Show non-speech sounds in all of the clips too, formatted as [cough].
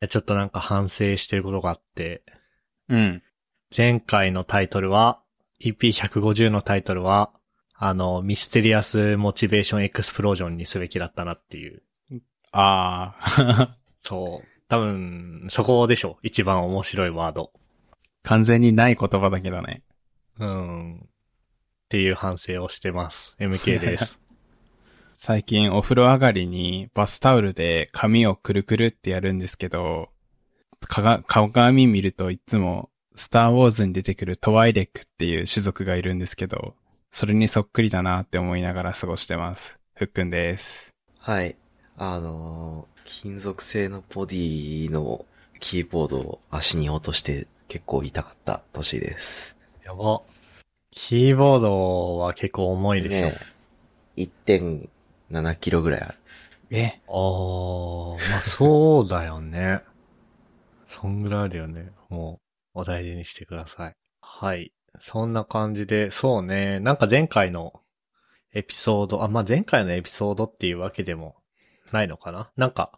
や、ちょっとなんか反省してることがあって、うん。前回のタイトルは、EP150 のタイトルは、あの、ミステリアスモチベーションエクスプロージョンにすべきだったなっていう。ああ。そう。多分、そこでしょ。一番面白いワード。 [laughs] 完全にない言葉だけだね。うん。っていう反省をしてます。MK [laughs] です。最近お風呂上がりにバスタオルで髪をくるくるってやるんですけど、かが、鏡見るといつもスターウォーズに出てくるトワイレックっていう種族がいるんですけど、それにそっくりだなって思いながら過ごしてます。ふっくんです。はい。あのー金属製のボディのキーボードを足に落として結構痛かった年です。やば。キーボードは結構重いでしょ。ねえ1.7キロぐらいある。えああ、まあそうだよね。そんぐらいあるよね。もう、お大事にしてください。はい。そんな感じで、そうね。なんか前回のエピソード、あ、まあ前回のエピソードっていうわけでもないのかななんか、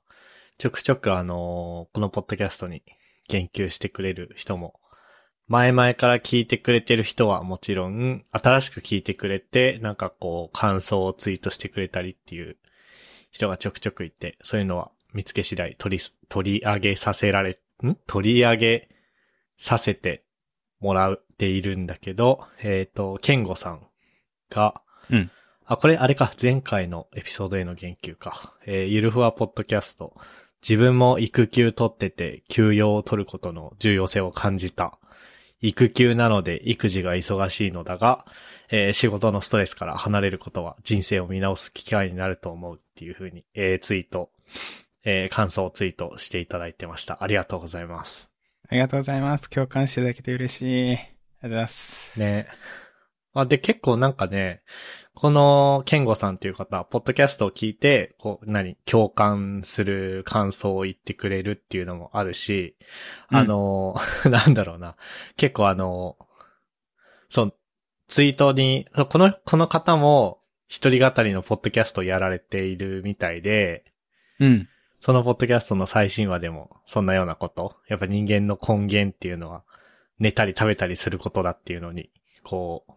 ちょくちょくあのーこのポッドキャストに言及してくれる人も、前々から聞いてくれてる人はもちろん、新しく聞いてくれて、なんかこう、感想をツイートしてくれたりっていう人がちょくちょくいて、そういうのは見つけ次第取りす、取り上げさせられ、ん取り上げさせてもらっているんだけど、えっ、と、ケンゴさんが、うん。あ、これあれか、前回のエピソードへの言及か。えーゆるふわポッドキャスト。自分も育休取ってて、休養を取ることの重要性を感じた。育休なので育児が忙しいのだが、えー仕事のストレスから離れることは人生を見直す機会になると思うっていうふうに、えーツイート、えー感想をツイートしていただいてました。ありがとうございます。ありがとうございます。共感していただけて嬉しい。ありがとうございます。ね。あ、で、結構なんかね、この、ケンゴさんという方、ポッドキャストを聞いて、こう、何、共感する感想を言ってくれるっていうのもあるし、うんあの、 [laughs] なんだろうな。結構あの、そう、ツイートに、そうこの、この方も、一人語りのポッドキャストをやられているみたいで、うん。そのポッドキャストの最新話でも、そんなようなこと。やっぱ人間の根源っていうのは、寝たり食べたりすることだっていうのに、こう、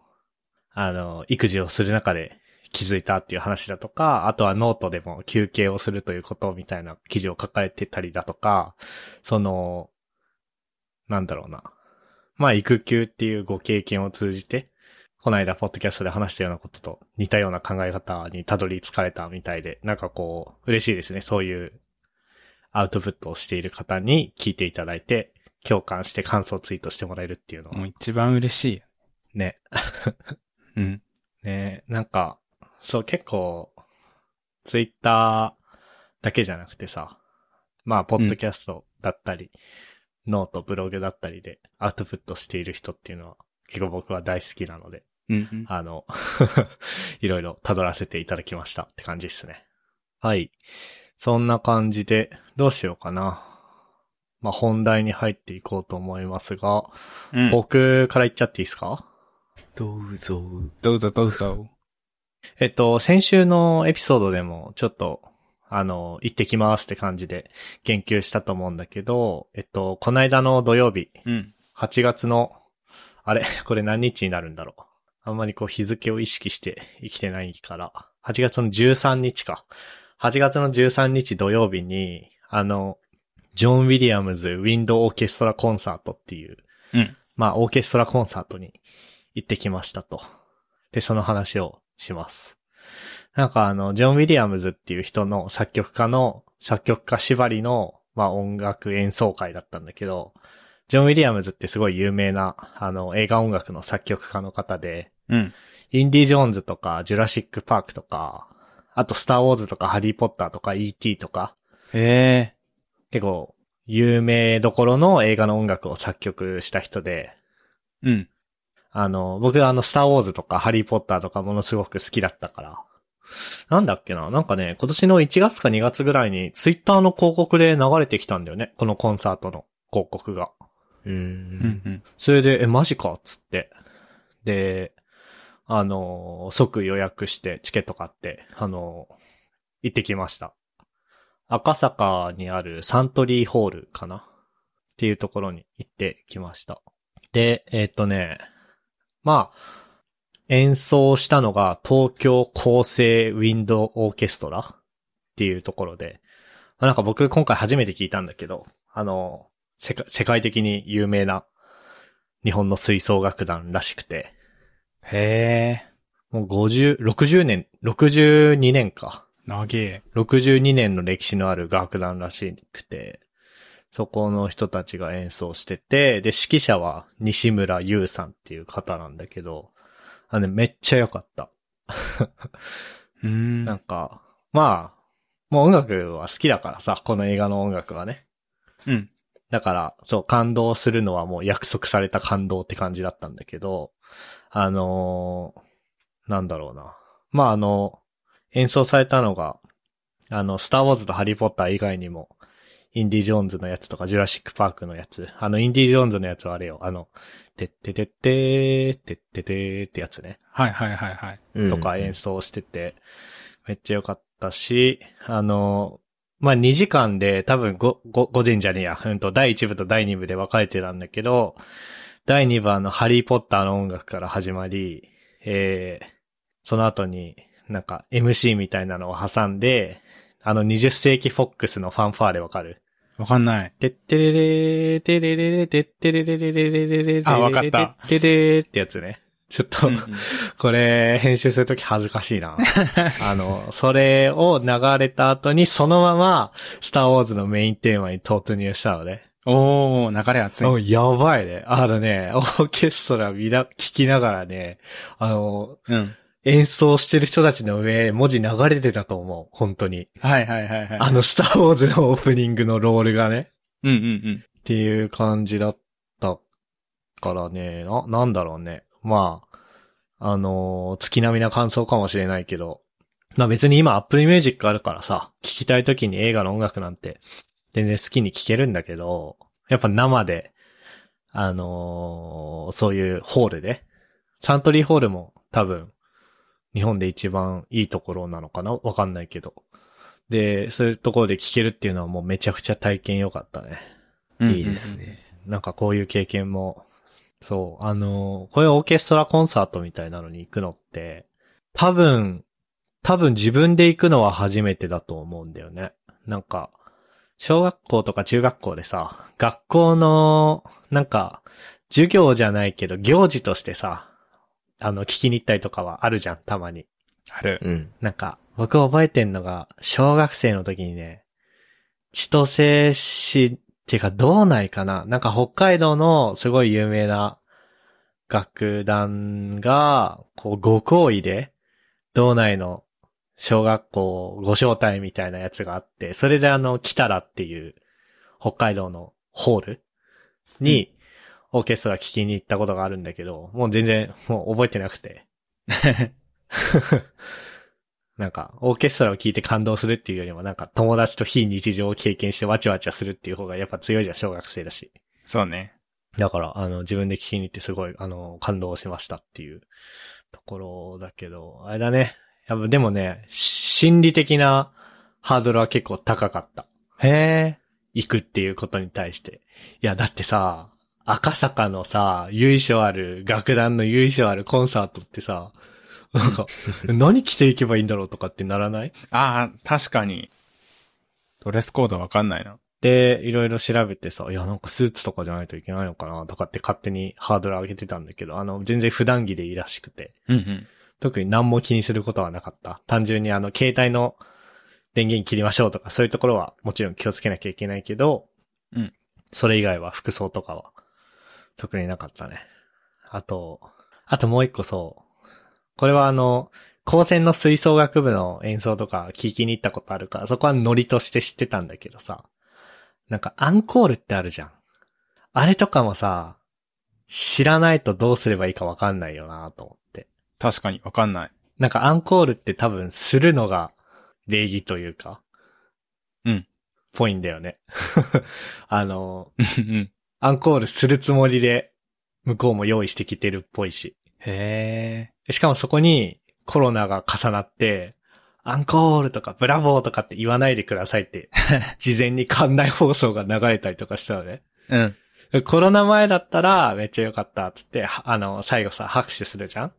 あの、育児をする中で気づいたっていう話だとか、あとはノートでも休憩をするということみたいな記事を書かれてたりだとか、その、なんだろうな。まあ、育休っていうご経験を通じて、この間、ポッドキャストで話したようなことと似たような考え方にたどり着かれたみたいで、なんかこう、嬉しいですね。そういうアウトプットをしている方に聞いていただいて、共感して感想ツイートしてもらえるっていうのもはう一番嬉しい。ね、うん。ねなんか、そう結構、ツイッターだけじゃなくてさ、まあ、ポッドキャストだったり、ノート、ブログだったりでアウトプットしている人っていうのは、結構僕は大好きなので、うんうん。あの、 [laughs] いろいろ辿らせていただきましたって感じですね。はい。そんな感じで、どうしようかな。まあ、本題に入っていこうと思いますが、うん僕から言っちゃっていいですかどうぞ。どうぞどうぞ。えっと、先週のエピソードでもちょっと、あの、行ってきますって感じで言及したと思うんだけど、えっと、この間の土曜日、うん。 8月の、あれ [laughs] これ何日になるんだろうあんまりこう日付を意識して生きてないから、8月の13日か。8月の13日土曜日に、あの、ジョン・ウィリアムズ・ウィンド・オーケストラ・コンサートっていう、うんまあ、オーケストラコンサートに行ってきましたと。で、その話をします。なんかあの、ジョン・ウィリアムズっていう人の作曲家の、作曲家縛りの、まあ音楽演奏会だったんだけど、ジョン・ウィリアムズってすごい有名な、あの、映画音楽の作曲家の方で、うん。インディ・ジョーンズとか、ジュラシック・パークとか、あと、スター・ウォーズとか、ハリー・ポッターとか、E.T. とか、ええ結構、有名どころの映画の音楽を作曲した人で、うん。あの、僕はあの、スターウォーズとかハリーポッターとかものすごく好きだったから。なんだっけななんかね、今年の1月か2月ぐらいにツイッターの広告で流れてきたんだよね。このコンサートの広告が。うー。うんん。それで、え、マジかっつって。で、あの、即予約してチケット買って、あの、行ってきました。赤坂にあるサントリーホールかなっていうところに行ってきました。で、えーっとね、まあ、演奏したのが東京厚生ウィンドウオーケストラっていうところで、まあなんか僕今回初めて聞いたんだけど、あの、世界世界的に有名な日本の吹奏楽団らしくて、へえ、もう50、60年、62年か。なげえ。 62年の歴史のある楽団らしくて、そこの人たちが演奏してて、で、指揮者は西村優さんっていう方なんだけど、あのね、めっちゃ良かった。 [laughs] うーん。なんか、まあ、もう音楽は好きだからさ、この映画の音楽はね。うん。だから、そう、感動するのはもう約束された感動って感じだったんだけど、あのーなんだろうな。まあ、あの、演奏されたのが、あの、スターウォーズとハリーポッター以外にも、インディ・ジョーンズのやつとか、ジュラシック・パークのやつ。あの、インディ・ジョーンズのやつはあれよ、あの、てっててってー、てっててーってやつね。はいはいはいはい。うんとか演奏してて、めっちゃ良かったし、あの、まあ、2時間で多分ごご午前じゃねえや、うんと、第1部と第2部で分かれてたんだけど、第2部はあの、ハリーポッターの音楽から始まり、えー、その後になんか MC みたいなのを挟んで、あの20世紀フォックスのファンファーレわかるわかんない。てってれれー、てれれれ、てってれれれれれれれれあわかったてってれーってやつね。ちょっと、うんこれ、編集するとき恥ずかしいな。 [laughs] あの、それを流れた後に、そのまま、スターウォーズのメインテーマに突入したので。おー、流れ熱い。おやばいね。あのね、オーケストラ見な、聞きながらね、あの、うん。演奏してる人たちの上、文字流れてたと思う。本当に。はいはいはいはい。あの、スターウォーズのオープニングのロールがね。うんうんっていう感じだったからね、な、なんだろうね。まあ、あのー月並みな感想かもしれないけど、まあ別に今 Apple Music あるからさ、聴きたい時に映画の音楽なんて全然好きに聴けるんだけど、やっぱ生で、あのーそういうホールで、サントリーホールも多分、日本で一番いいところなのかなわかんないけど。で、そういうところで聴けるっていうのはもうめちゃくちゃ体験良かったね。うん。いいですね。なんかこういう経験も、そう、あの、こういうオーケストラコンサートみたいなのに行くのって、多分、多分自分で行くのは初めてだと思うんだよね。なんか、小学校とか中学校でさ、学校の、なんか、授業じゃないけど、行事としてさ、あの、聞きに行ったりとかはあるじゃん、たまに。ある。うん。なんか、僕覚えてんのが、小学生の時にね、千歳市っていうか道内かななんか北海道のすごい有名な楽団が、こう、ご好意で、道内の小学校ご招待みたいなやつがあって、それであの、来たらっていう、北海道のホールに、オーケストラ聴きに行ったことがあるんだけど、もう全然、もう覚えてなくて。なんか、オーケストラを聴いて感動するっていうよりも、なんか、友達と非日常を経験してわちゃわちゃするっていう方がやっぱ強いじゃん、小学生だし。 [laughs] そうね。だから、あの、自分で聴きに行ってすごい、あの、感動しましたっていうところだけど、あれだね。やっぱでもね、心理的なハードルは結構高かった。へえ。行くっていうことに対して。いや、だってさ、赤坂のさ、由緒ある、楽団の由緒あるコンサートってさ、なん [laughs] か、何着ていけばいいんだろうとかってならないああ、確かに。ドレスコードわかんないな。で、いろいろ調べてさ、いや、なんかスーツとかじゃないといけないのかな、とかって勝手にハードル上げてたんだけど、あの、全然普段着でいいらしくて、うんうん。特に何も気にすることはなかった。単純にあの、携帯の電源切りましょうとか、そういうところはもちろん気をつけなきゃいけないけど、うん。それ以外は服装とかは、特になかったね。あと、あともう一個そう。これはあの、高専の吹奏楽部の演奏とか聞きに行ったことあるから、そこはノリとして知ってたんだけどさ。なんかアンコールってあるじゃん。あれとかもさ、知らないとどうすればいいかわかんないよなと思って。確かにわかんない。なんかアンコールって多分するのが礼儀というか。うん。ぽいんだよね。 [laughs] あの、うんうん。アンコールするつもりで、向こうも用意してきてるっぽいし。へえ。でしかもそこにコロナが重なって、アンコールとかブラボーとかって言わないでくださいっ [laughs] て、事前に館内放送が流れたりとかしたのね。うん。コロナ前だったらめっちゃ良かったっつって、はあの、最後さ、拍手するじゃん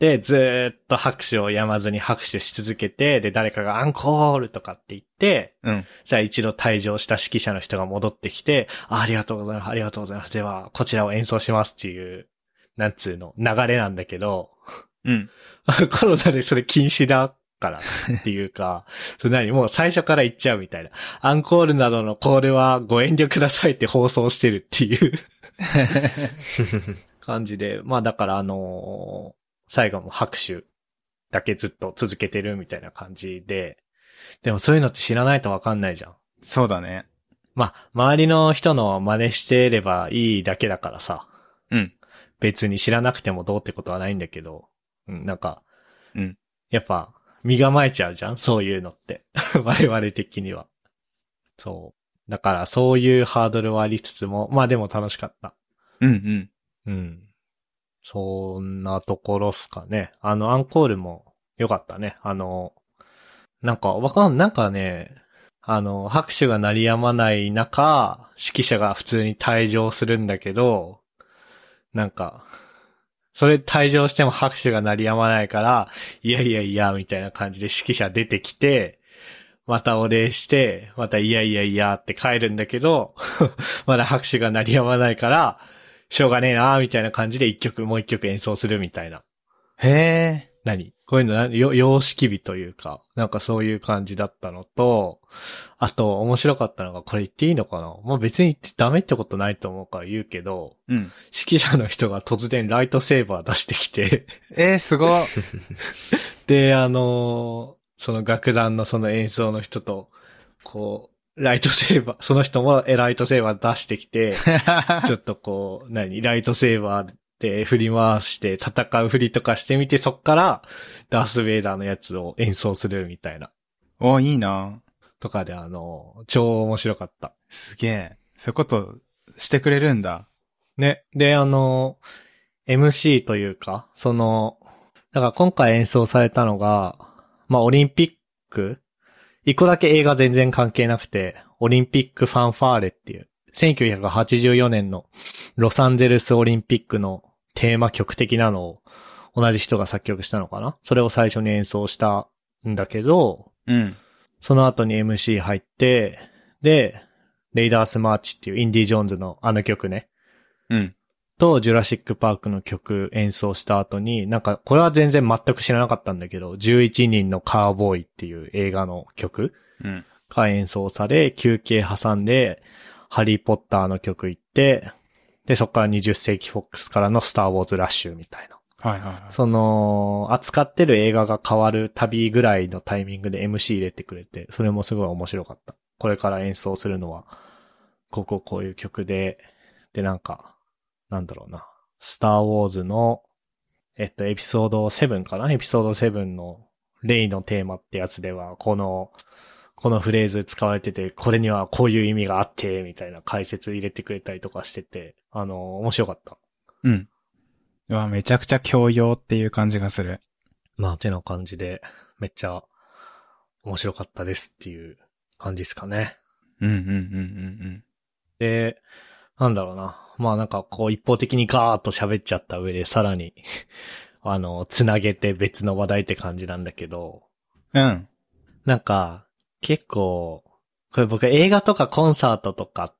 で、ずーっと拍手をやまずに拍手し続けて、で、誰かがアンコールとかって言って、うん。さあ一度退場した指揮者の人が戻ってきて、あありがとうございます、ありがとうございます。では、こちらを演奏しますっていう、なんつうの、流れなんだけど、 [laughs] [laughs] うん。コロナでそれ禁止だからっていうか、 [laughs] それ何もう最初から言っちゃうみたいな。アンコールなどのコールはご遠慮くださいって放送してるっていう感じで、まあだからあのー最後も拍手だけずっと続けてるみたいな感じで、でもそういうのって知らないとわかんないじゃん。そうだね。まあ、周りの人の真似してればいいだけだからさ。うん。別に知らなくてもどうってことはないんだけど、うん、なんか、うん。やっぱ、身構えちゃうじゃんそういうのって。 [laughs] 我々的には。そう。だから、そういうハードルはありつつも、まあでも楽しかった。うんうん。うん。そんなところっすかね。あの、アンコールも良かったね。あの、なんか、わかん、なんかね、あの、拍手が鳴り止まない中、指揮者が普通に退場するんだけど、なんか、それ退場しても拍手が鳴り止まないから、いやいやいや、みたいな感じで指揮者出てきて、またお礼して、またいやいやいやって帰るんだけど、 [laughs] まだ拍手が鳴り止まないから、しょうがねえなーみたいな感じで一曲、もう一曲演奏するみたいな。へえ。何こういうのな、よ、様式美というか、なんかそういう感じだったのと、あと、面白かったのが、これ言っていいのかなまあ、別に言ってダメってことないと思うから言うけど、うん。指揮者の人が突然ライトセーバー出してきて、 [laughs] えー、す [laughs] ごっ。で、あのーその楽団のその演奏の人と、こう、ライトセーバー、その人もえライトセーバー出してきて、 [laughs] ちょっとこう、何、ライトセーバーで振り回して戦う振りとかしてみて、そっからダース・ベイダーのやつを演奏するみたいな。お、いいな。とかであの、超面白かった。すげえ。そういうことしてくれるんだ。ね。で、あの、MC というか、その、だから今回演奏されたのが、まあオリンピック、一個だけ映画全然関係なくて、オリンピックファンファーレっていう、1984年のロサンゼルスオリンピックのテーマ曲的なのを同じ人が作曲したのかなそれを最初に演奏したんだけど、うん。その後に MC 入って、で、レイダースマーチっていうインディ・ジョーンズのあの曲ね。うん。と、ジュラシックパークの曲演奏した後に、なんか、これは全然全く知らなかったんだけど、11人のカーボーイっていう映画の曲うん。が演奏され、休憩挟んで、ハリーポッターの曲行って、で、そこから20世紀フォックスからのスターウォーズラッシュみたいな。はいはいはい。その、扱ってる映画が変わる旅ぐらいのタイミングで MC 入れてくれて、それもすごい面白かった。これから演奏するのは、こここういう曲で、でなんか、なんだろうな、スターウォーズの、えっと、エピソード7かなエピソード7の、レイのテーマってやつでは、この、このフレーズ使われてて、これにはこういう意味があって、みたいな解説入れてくれたりとかしてて、あの、面白かった。うん。うわ、めちゃくちゃ教養っていう感じがする。まあ、てな感じで、めっちゃ面白かったですっていう感じですかね。うんうんうんうんで、なんだろうな。まあなんかこう一方的にガーッと喋っちゃった上でさらに、 [laughs] あの、つなげて別の話題って感じなんだけど、うん。うん。なんか、結構、これ僕映画とかコンサートとか、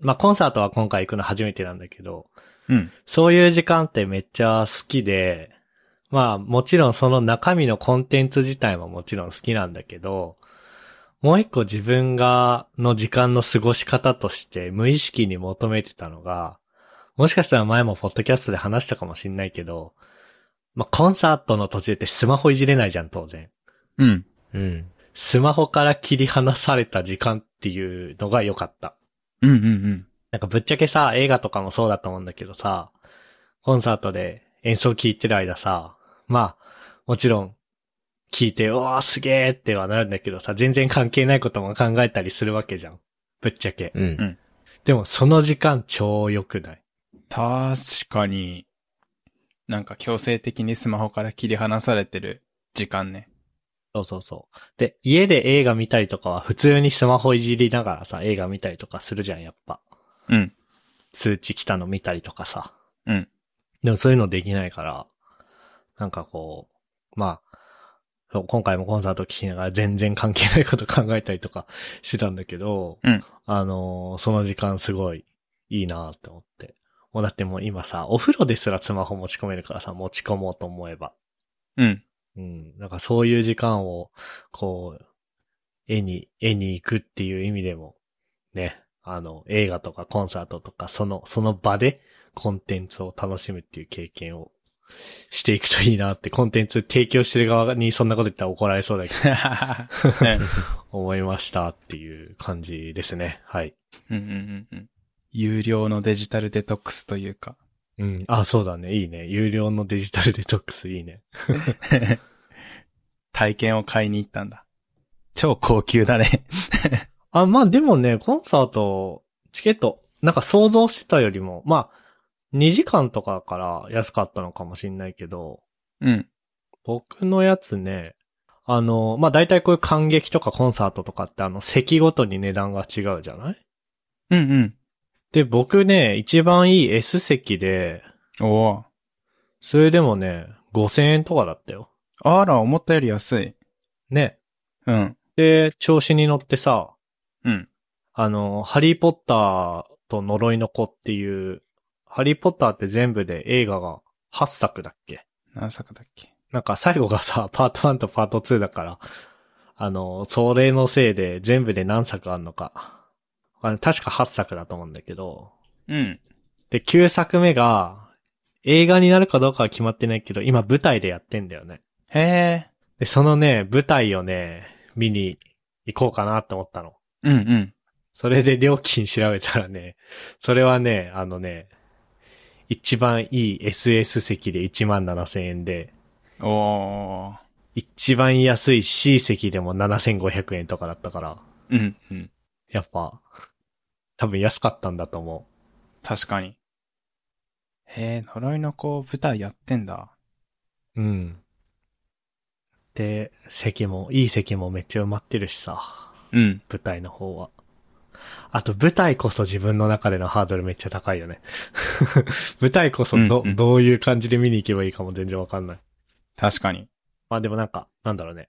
まあコンサートは今回行くの初めてなんだけど、うん。そういう時間ってめっちゃ好きで、まあもちろんその中身のコンテンツ自体ももちろん好きなんだけど、もう一個自分が、の時間の過ごし方として無意識に求めてたのが、もしかしたら前もポッドキャストで話したかもしんないけど、まあコンサートの途中ってスマホいじれないじゃん当然。うん。うん。スマホから切り離された時間っていうのが良かった。うんうんうん。なんかぶっちゃけさ、映画とかもそうだと思うんだけどさ、コンサートで演奏聴いてる間さ、まあ、もちろん、聴いて、うわーすげーってはなるんだけどさ、全然関係ないことも考えたりするわけじゃん。ぶっちゃけ。うん。うんでも、その時間超良くない確かに、なんか強制的にスマホから切り離されてる時間ね。そうそうそう。で、家で映画見たりとかは普通にスマホいじりながらさ、映画見たりとかするじゃん、やっぱ。うん。通知来たの見たりとかさ。うん。でもそういうのできないから、なんかこう、まあ、そう今回もコンサート聞きながら全然関係ないこと考えたりとかしてたんだけど、うんあのーその時間すごいいいなって思って。もうだってもう今さ、お風呂ですらスマホ持ち込めるからさ、持ち込もうと思えば。 [laughs] うん。うん。なんかそういう時間を、こう、絵に、絵に行くっていう意味でも、ね、あの、映画とかコンサートとか、その、その場でコンテンツを楽しむっていう経験をしていくといいなって、コンテンツ提供してる側にそんなこと言ったら怒られそうだけど、ね思いましたっていう感じですね。はい。うんうんうんうん有料のデジタルデトックスというか。うん。あ、そうだね。いいね。有料のデジタルデトックスいいね。 [laughs] 体験を買いに行ったんだ。超高級だね。あ、まあでもね、コンサート、チケット、なんか想像してたよりも、まあ、2時間とかから安かったのかもしんないけど、うん。僕のやつね、あの、まあ大体こういう観劇とかコンサートとかってあの席ごとに値段が違うじゃないうんで、僕ね、一番いい S 席で、うん。おそれでもね、5000円とかだったよ。お。あら、思ったより安い。ね。うん。で、調子に乗ってさ、うん。あの、ハリーポッターと呪いの子っていう、ハリーポッターって全部で映画が8作だっけ何作だっけ。なんか最後がさ、 [laughs] パート1とパート2だから、あの、それのせいで全部で何作あんのか。あの確か8作だと思うんだけど、うん。で、9作目が、映画になるかどうかは決まってないけど、今舞台でやってんだよね。へえ。で、そのね、舞台をね、見に行こうかなって思ったの。うんうん。それで料金調べたらね、それはね、あのね、一番いい SS 席で1万7000円で、おお。一番安い C 席でも7500円とかだったから、うんうん。やっぱ、多分安かったんだと思確かに。へえ、呪いの子舞台やってんだ。う。うん。で、席も、いい席もめっちゃ埋まってるしさ、うん。舞台の方は。あと舞台こそ自分の中でのハードルめっちゃ高いよね。 [laughs] 舞台こそど、うんうんどういう感じで見に行けばいいかも全然わかんない。確かに。まあでもなんか、なんだろうね。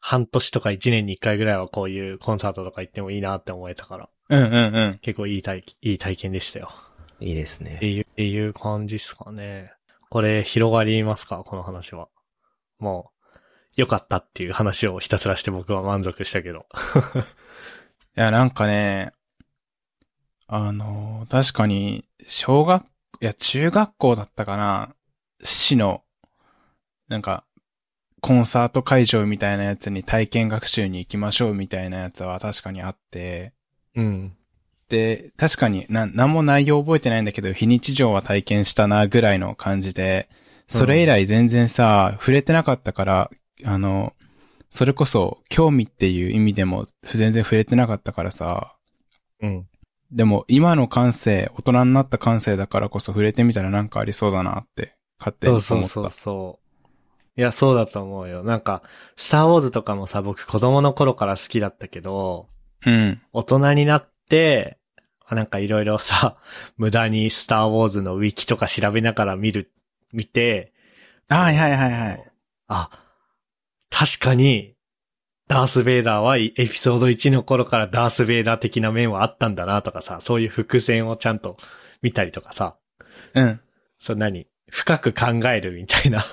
半年とか一年に一回ぐらいはこういうコンサートとか行ってもいいなって思えたから、うんうんうん。結構いい体、いい体験でしたよ。いいですっね。ていう、っていう感じっすかね。これ広がりますかこの話は。もう、良かったっていう話をひたすらして僕は満足したけど。いや、なんかね、あのー、確かに、小学、いや、中学校だったかな、市の、なんか、コンサート会場みたいなやつに体験学習に行きましょうみたいなやつは確かにあって、うん。で、確かにな、なんも内容覚えてないんだけど、非日常は体験したな、ぐらいの感じで、それ以来全然さ、触れてなかったから、あの、それこそ、興味っていう意味でも、全然触れてなかったからさ、うん。でも今の感性、大人になった感性だからこそ触れてみたらなんかありそうだなって勝手にそ思うった。そうそうそう。いや、そうだと思うよ。なんか、スターウォーズとかもさ、僕子供の頃から好きだったけど、うん。大人になって、なんかいろいろさ、 [laughs] 無駄にスターウォーズのウィキとか調べながら見る、見て、はいはいはいはい。あ、確かに、ダース・ベイダーはエピソード1の頃からダース・ベイダー的な面はあったんだなとかさ、そういう伏線をちゃんと見たりとかさ、うん。そんなに深く考えるみたいな [laughs]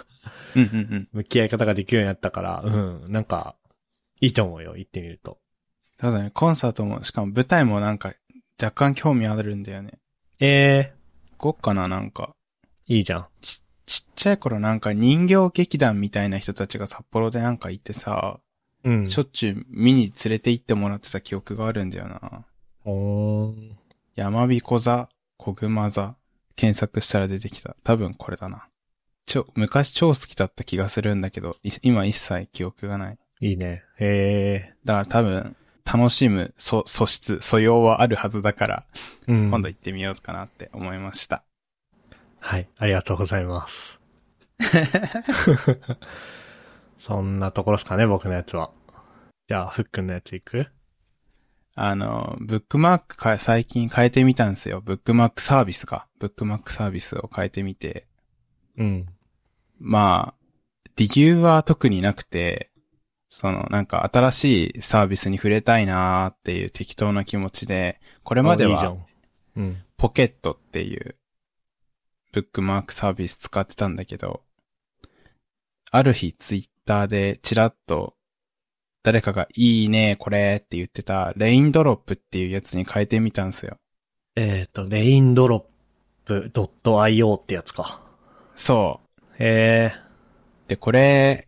うんうんうん。向き合い方ができるようになったから、うん、なんか、いいと思うよ、行ってみると。そうだね。コンサートも、しかも舞台もなんか若干興味あるんだよね。え行こっかな、なんか。ー、いいじゃん。ちっちゃい頃なんか人形劇団みたいな人たちが札幌でなんか行ってさ、うん。しょっちゅう見に連れて行ってもらってた記憶があるんだよな。おー山彦座、小熊座、検索したら出てきた。多分これだな。ちょ、昔超好きだった気がするんだけど、い今一切記憶がない。いいね。えー。だから多分、楽しむ素、素質、素養はあるはずだから、うん今度行ってみようかなって思いました。 [laughs] はい、ありがとうございます。 [laughs] そんなところですかね、僕のやつは。じゃあ、ふっくんのやついくあの、ブックマークか、最近変えてみたんですよ。ブックマークサービスか。ブックマークサービスを変えてみて。うん。まあ、理由は特になくて、その、なんか新しいサービスに触れたいなーっていう適当な気持ちで、これまであいいじゃはん。うん。ポケットっていうブックマークサービス使ってたんだけど、ある日ツイッターでチラッと誰かがいいね、これって言ってたレインドロップっていうやつに変えてみたんですよ。えっ、と、レインドロップ .io ってやつか。そう。えで、これ、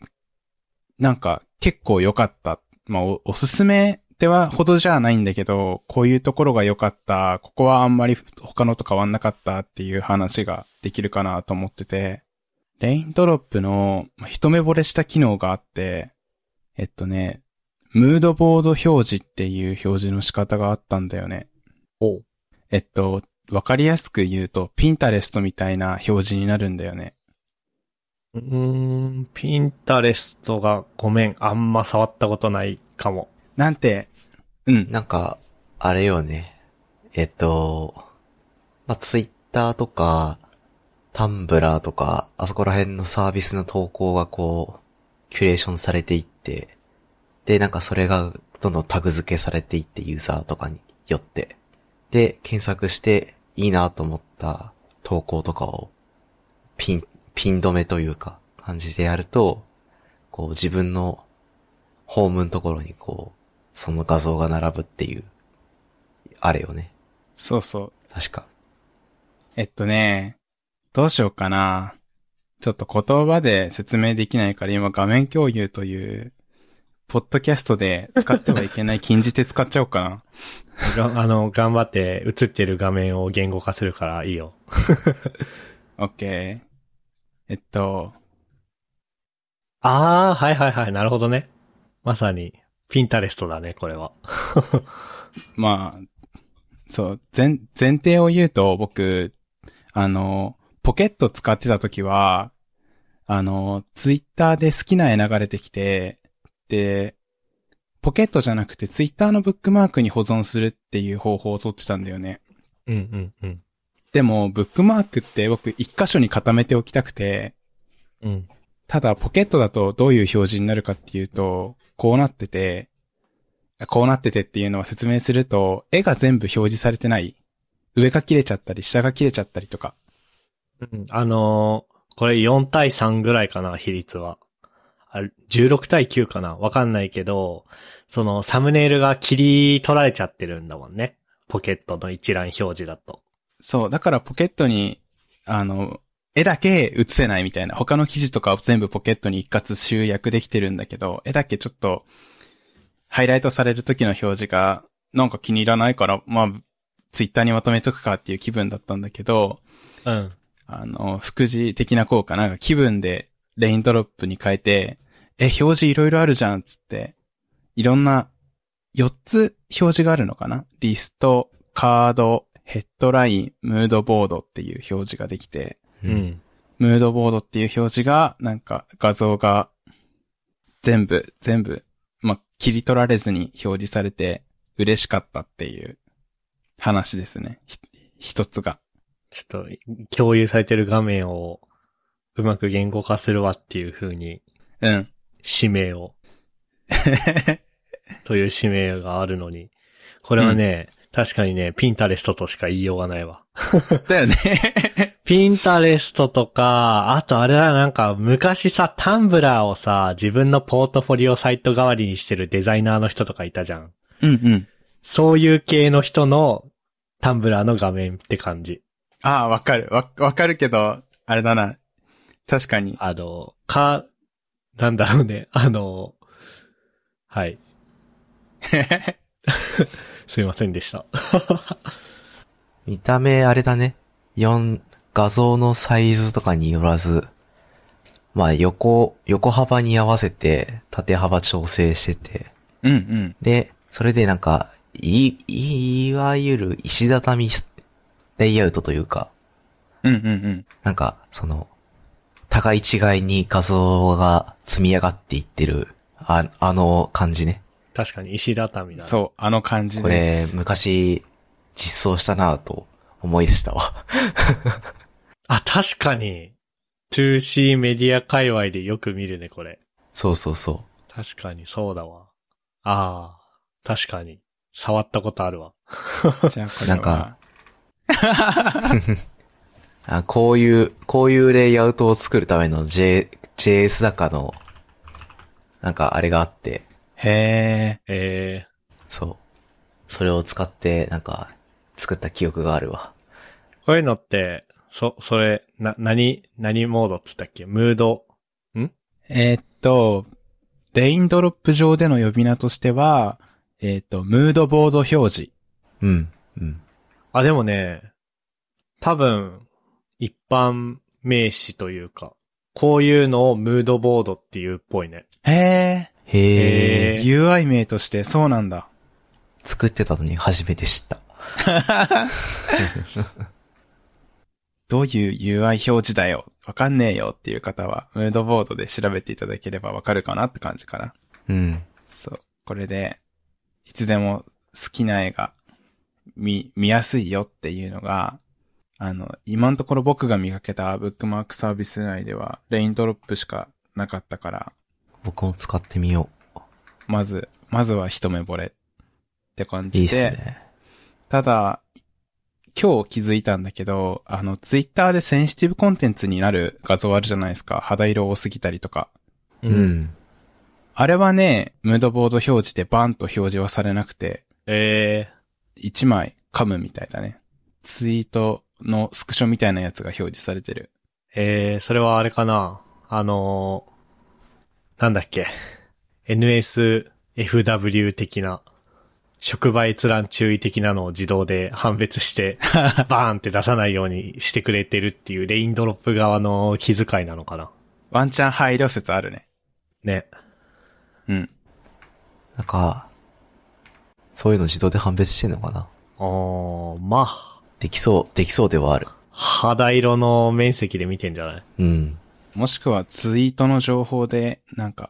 なんか結構良かった。まあ、お、おすすめではほどじゃないんだけど、こういうところが良かった、ここはあんまり他のと変わんなかったっていう話ができるかなと思ってて、レインドロップのまあ一目惚れした機能があって、えっとね、ムードボード表示っていう表示の仕方があったんだよね。ー、おうえっと、わかりやすく言うと、ピンタレストみたいな表示になるんだよね。うーん、ピンタレストがごめん、あんま触ったことないかも。なんて、うん、なんか、あれよね。えっと、まあ、ツイッターとか、タンブラーとか、あそこら辺のサービスの投稿がこう、キュレーションされていって、で、なんかそれがどんどんタグ付けされていってユーザーとかによって、で、検索していいなと思った投稿とかを、ピン、ピン止めというか、感じでやると、こう自分のホームのところにこう、その画像が並ぶっていう、あれよね。そうそう。確か。えっとね、どうしようかな。ちょっと言葉で説明できないから今画面共有という、ポッドキャストで使ってはいけない [laughs] 禁じ手使っちゃおうかな。があの、頑張って映ってる画面を言語化するからいいよ。オッケー。えっと、あー、はいはいはい、なるほどね。まさに、ピンタレストだね、これは。まあ、そう、前、前提を言うと、僕、あの、ポケット使ってた時は、あの、ツイッターで好きな絵流れてきて、で、ポケットじゃなくてツイッターのブックマークに保存するっていう方法をとってたんだよね。うんうんでも、ブックマークって僕一箇所に固めておきたくて、うん。うん。ただポケットだとどういう表示になるかっていうと、こうなってて、こうなっててっていうのは説明すると、絵が全部表示されてない。上が切れちゃったり、下が切れちゃったりとか。うんあのーこれ4対3ぐらいかな、比率は。あ16対9かなわかんないけど、そのサムネイルが切り取られちゃってるんだもんね。ポケットの一覧表示だと。そう、だからポケットに、あの、絵だけ映せないみたいな。他の記事とかを全部ポケットに一括集約できてるんだけど、絵だけちょっと、ハイライトされる時の表示が、なんか気に入らないから、まあ、ツイッターにまとめとくかっていう気分だったんだけど、うん。あの、副次的な効果、なんか気分でレインドロップに変えて、え、表示いろいろあるじゃんっつって、いろんな、4つ表示があるのかなリスト、カード、ヘッドライン、ムードボードっていう表示ができて、う。ん。ムードボードっていう表示が、なんか画像が全部、全部、まあ、切り取られずに表示されて嬉しかったっていう話ですね。ひ一つが。ちょっと、共有されてる画面をうまく言語化するわっていう風に、うん。 [laughs] 使命を、という使命があるのに。これはね、確かにね、ピンタレストとしか言いようがないわ。だよね。ピンタレストとか、あとあれだ、なんか昔さ、タンブラーをさ、自分のポートフォリオサイト代わりにしてるデザイナーの人とかいたじゃん。うんうん。そういう系の人のタンブラーの画面って感じ。ああ、わかる。わ、わかるけど、あれだな。確かに。あの、か、なんだろうね、あの、はい、 [laughs] すいませんでした。見た目あれだね。4、画像のサイズとかによらず、まあ横、横幅に合わせて縦幅調整してて、うんうん。で、それでなんか、い、い、いわゆる石畳レイアウトというか、うんうんうん。なんか、その、互い違いに画像が積み上がっていってる、ああの感じね。確かに石畳だ。う。そう、あの感じこでれ、昔、実装したなぁと思い出したわ。あ、確かに。2C メディア界隈でよく見るね、これ。 [laughs] そうそうそう。確かに、そうだわ。ああ、確かに。触ったことあるわ。す。じゃあこれはなんかあこういう、こういうレイアウトを作るための、J、JS だかの、なんかあれがあって、へえ、ええそう。それを使って、なんか、作った記憶があるわ。こういうのって、そ、それ、な、何、何モードっつったっけムード。えーっと、レインドロップ上での呼び名としては、えーっと、ムードボード表示。うん。うん。あ、でもね、多分、一般名詞というか、こういうのをムードボードっていうっぽいね。へえ、へへええ。UI 名としてそうなん [laughs] だ。作ってたのに初めて知った。どういう UI 表示だよ、わかんねえよっていう方は、ムードボードで調べていただければわかるかなって感じかな。うん。そう。これで、いつでも好きな絵が見、見やすいよっていうのが、あの、今のところ僕が見かけたブックマークサービス内では、レインドロップしかなかったから、僕も使ってみよまず、まずは一目惚れって感う。いいじっで、すね。ただ、今日気づいたんだけど、あの、ツイッターでセンシティブコンテンツになる画像あるじゃないですか。肌色多すぎたりとか。うう。ん。あれはね、ムードボード表示でバンと表示はされなくて、ええ一枚噛むみたいだね。ツイートのスクショみたいなやつが表示されてる。ええそれはあれかな。あのーなんだっけ。NSFW 的な、触媒閲覧注意的なのを自動で判別して、バーンって出さないようにしてくれてるっていうレインドロップ側の気遣いなのかな。ワンチャン配慮説あるね。ね。うん。なんか、そういうの自動で判別してんのかなおー、まあ、できそう、できそうではある。肌色の面積で見てんじゃないうん。もしくはツイートの情報で、なんか、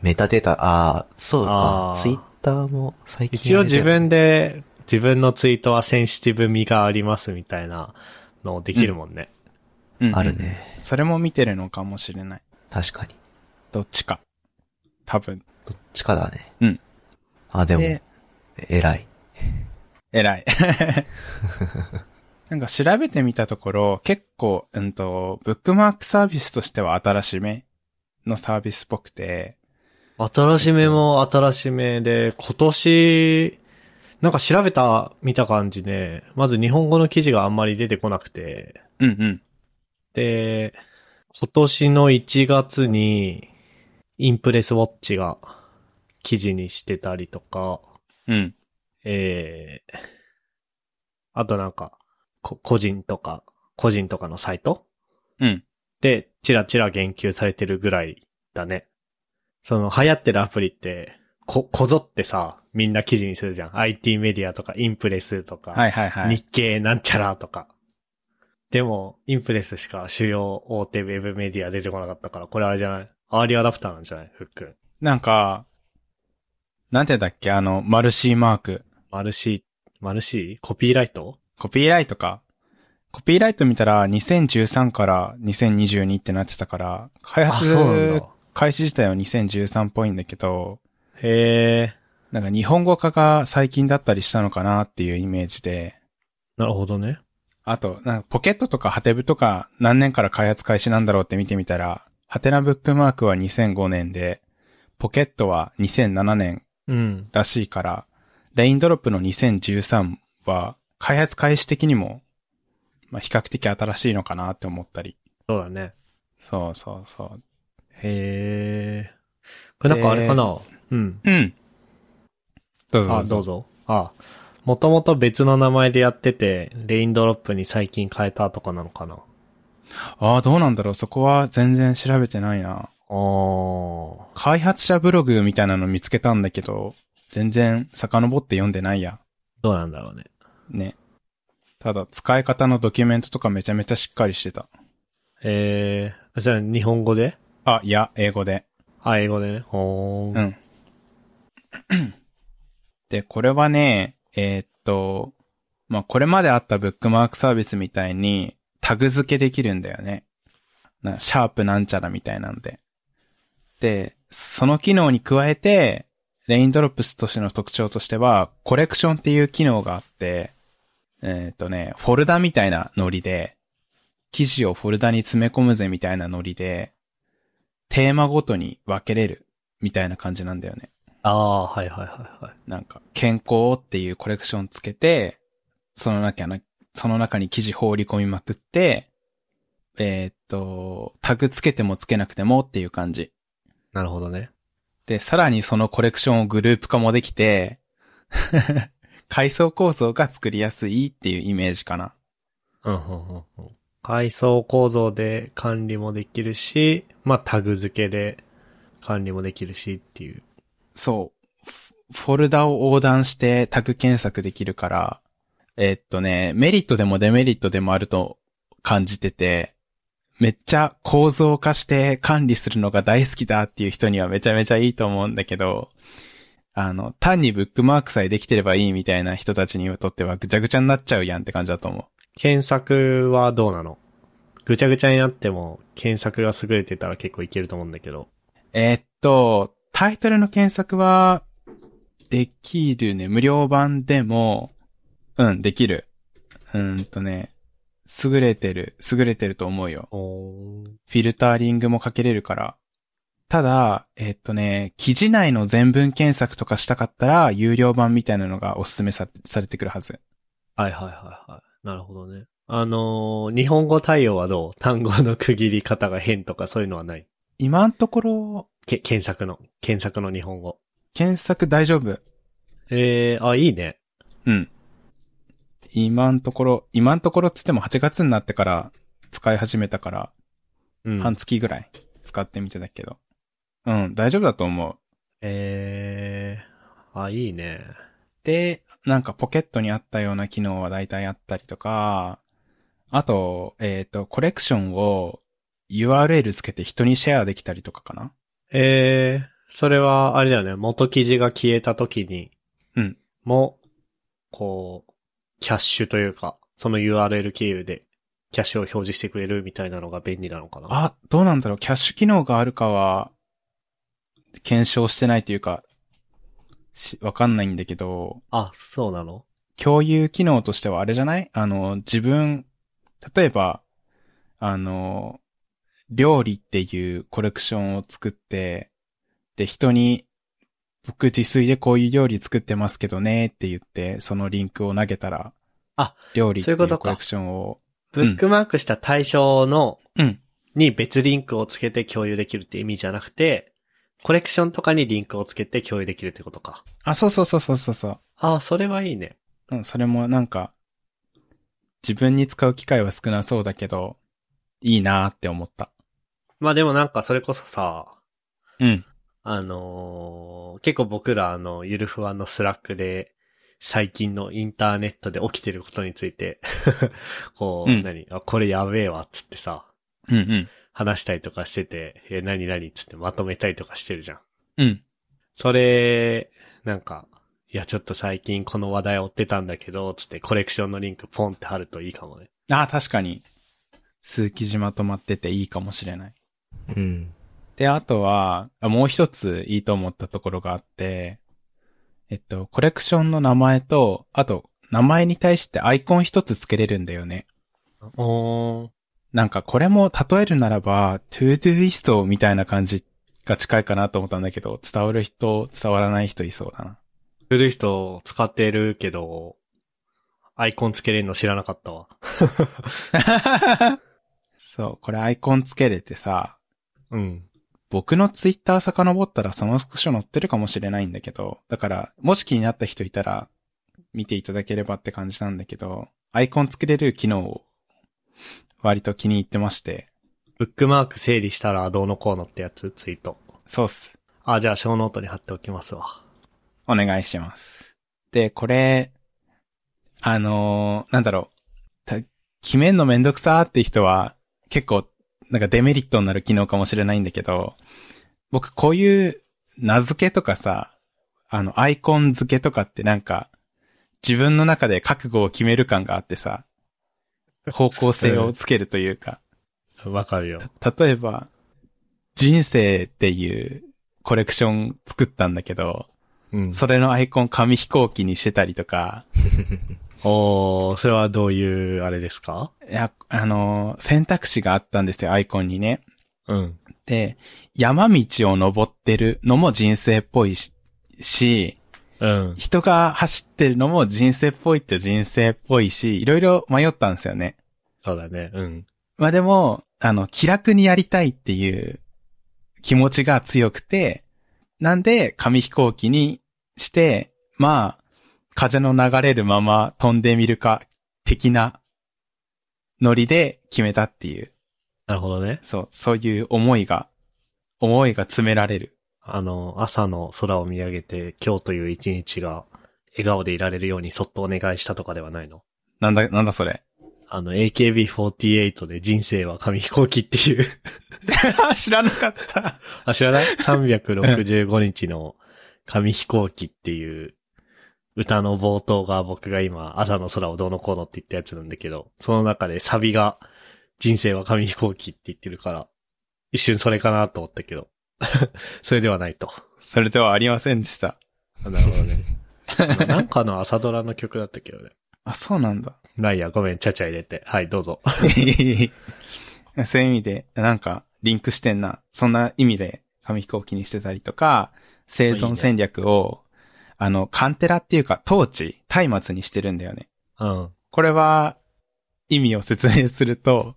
メタデータ、ああ、そうあか。ーツイッターも最近一応あれだ自よ分で、自分のツイートはセンシティブ味がありますみたいなのできるもんね。うん、ある。ね。それも見てるのかもしれない。確かに。どっちか。多分。どっちかだね。うん。あ、でも、で、偉い。偉い。 [laughs] なんか調べてみたところ、結構、うんと、ブックマークサービスとしては新しめのサービスっぽくて、新しめも新しめで、今年、なんか調べた、見た感じね、まず日本語の記事があんまり出てこなくて、うんうん。で、今年の1月に、インプレスウォッチが記事にしてたりとか、うん。ええあとなんか、こ、個人とか、個人とかのサイトうん。で、ちらちら言及されてるぐらいだね。その、流行ってるアプリって、こ、こぞってさ、みんな記事にするじゃん。IT メディアとか、インプレスとか、はいはいはい。日経なんちゃらとか。でも、インプレスしか主要大手ウェブメディア出てこなかったから、これあれじゃないアーリーアダプターなんじゃないフック。なんか、なんてだっけあの、マルシーマーク。マルシー、マルシーコピーライトコピーライトか。コピーライト見たら2013から2022ってなってたから、開あ、そうなん発だ。開始自体は2013っぽいんだけど、へえ、なんか日本語化が最近だったりしたのかなっていうイメージで、なるほどね。あと、なんかポケットとかハテブとか何年から開発開始なんだろうって見てみたら、ハテナブックマークは2005年で、ポケットは2007年うん。らしいから、レインドロップの2013は、開発開始的にも、まあ、比較的新しいのかなって思ったり。そうだね。そうそうそう。へえ。これなんかあれかなうん。うん。どうぞあ、どう。ぞ。あ、もともと別の名前でやってて、レインドロップに最近変えたとかなのかなあああ、どうなんだろう。そこは全然調べてないな。ー。開発者ブログみたいなの見つけたんだけど、全然遡って読んでないや。どうなんだろうね。ね。ただ、使い方のドキュメントとかめちゃめちゃしっかりしてた。えー、じゃあ日本語であ、いや、英語で。あ、英語でね。ほー。うんん。で、これはね、えーっと、まあ、これまであったブックマークサービスみたいにタグ付けできるんだよね。なシャープなんちゃらみたいなんで。で、その機能に加えて、レインドロップスとしての特徴としては、コレクションっていう機能があって、えーっとね、フォルダみたいなノリで、記事をフォルダに詰め込むぜみたいなノリで、テーマごとに分けれるみたいな感じなんだよね。ああ、はいはいはいはい。なんか、健康っていうコレクションつけて、その中の、その中に記事放り込みまくって、えーっと、タグつけてもつけなくてもっていう感じ。なるほどね。で、さらにそのコレクションをグループ化もできて、 [laughs] 階層構造が作りやすいっていうイメージかな。うん、うん、うんうん。階層構造で管理もできるし、まあ、タグ付けで管理もできるしっていう。そう。フフォルダを横断してタグ検索できるから、えーっとね、メリットでもデメリットでもあると感じてて、めっちゃ構造化して管理するのが大好きだっていう人にはめちゃめちゃいいと思うんだけど、あの、単にブックマークさえできてればいいみたいな人たちにとってはぐちゃぐちゃになっちゃうやんって感じだと思う。検索はどうなのぐちゃぐちゃになっても、検索が優れてたら結構いけると思うんだけど。えーっと、タイトルの検索は、できるね。無料版でも、うん、できる。うーんとね、優れてる、優れてると思うよ。おーフィルタリングもかけれるから。ただ、えーっとね、記事内の全文検索とかしたかったら、有料版みたいなのがおすすめさされてくるはず。はいはいはいはい。なるほどね。あのー日本語対応はどう単語の区切り方が変とかそういうのはない今のところ、け、検索の、検索の日本語。検索大丈夫。えー、あ、いいね。うん。今のところ、今のところっつっても8月になってから使い始めたから、うん。半月ぐらい使ってみてたけど。うん、大丈夫だと思う。えー、あ、いいね。で、なんかポケットにあったような機能は大体あったりとか、あと、えっ、と、コレクションを URL つけて人にシェアできたりとかかなえー、それは、あれだよね。元記事が消えた時に、うん。も、こう、キャッシュというか、その URL 経由で、キャッシュを表示してくれるみたいなのが便利なのかな。あ、どうなんだろうキャッシュ機能があるかは、検証してないというか、しわかんないんだけど、あ、そうなの共有機能としてはあれじゃないあの、自分、例えば、あの、料理っていうコレクションを作って、で、人に、僕自炊でこういう料理作ってますけどねって言って、そのリンクを投げたら、あ、料理ってそういいうこうとかコレクションを、ブックマークした対象の、うんに別リンクをつけて共有できるって意味じゃなくて、コレクションとかにリンクをつけて共有できるってことか。あ、そうそうそうそうそうそう。あ、それはいいね。うん、それもなんか、自分に使う機会は少なそうだけど、いいなーって思った。まあでもなんかそれこそさ、うん。あのー結構僕らあの、ゆるふわのスラックで、最近のインターネットで起きてることについて、 [laughs] こう、うん何あ、これやべえわ、っつってさ、うんうん。話したりとかしてて、え、何何っつってまとめたりとかしてるじゃん。うん。それ、なんか、いや、ちょっと最近この話題追ってたんだけど、つってコレクションのリンクポンって貼るといいかもね。ああ、確かに。数記事まとまってていいかもしれない。 [laughs] うん。で、あとは、あもう一ついいと思ったところがあって、えっと、コレクションの名前と、あと、名前に対してアイコン一つ付けれるんだよね。おー。なんかこれも例えるならば、トゥードゥイストみたいな感じが近いかなと思ったんだけど、伝わる人、伝わらない人いそうだな。古い人使ってるけど、アイコンつけれるの知らなかったわ。 [laughs] そう、これアイコン付けれてさ、うん。僕のツイッター遡ったらそのスクショ載ってるかもしれないんだけど、だから、もし気になった人いたら、見ていただければって感じなんだけど、アイコン作れる機能を、割と気に入ってまして、ブックマーク整理したらどうのこうのってやつツイート。そうっす。あ、じゃあ小ノートに貼っておきますわ。お願いします。で、これ、あのーなんだろう、た決めんのめんどくさーって人は、結構なんかデメリットになる機能かもしれないんだけど、僕こういう名付けとかさ、あの、アイコン付けとかってなんか、自分の中で覚悟を決める感があってさ、方向性をつけるというか、わかるよ。た例えば、人生っていうコレクション作ったんだけど、うん。それのアイコン紙飛行機にしてたりとか、おー、それはどういう、あれですかいや、あの、選択肢があったんですよ、アイコンにね。うん。で、山道を登ってるのも人生っぽいし、しうん。人が走ってるのも人生っぽいっちゃ人生っぽいし、いろいろ迷ったんですよね。そうだね。うん。まあでも、あの、気楽にやりたいっていう気持ちが強くて、なんで紙飛行機にして、まあ、風の流れるまま飛んでみるか、的なノリで決めたっていう、なるほどね。そう、そういう思いが、思いが詰められる。あの、朝の空を見上げて、今日という一日が、笑顔でいられるようにそっとお願いしたとかではないのなんだ、なんだそれ。あの、AKB48 で人生は紙飛行機っていう、 [laughs] [laughs] 知らなかった。あ、知らない ?365 日の紙飛行機っていう歌の冒頭が僕が今、朝の空をどうのこうのって言ったやつなんだけど、その中でサビが人生は紙飛行機って言ってるから、一瞬それかなと思ったけど、 [laughs] それではないと。それではありませんでした。あなるほどね。あの [laughs] なんかの朝ドラの曲だったけどね。あ、そうなんだ。ライアーごめん、ちゃちゃ入れて。はい、どうぞ。 [laughs] そういう意味で、なんか、リンクしてんな。そんな意味で、紙飛行機にしてたりとか、生存戦略を、あの、カンテラっていうか、統治、松明にしてるんだよね。うん。これは、意味を説明すると、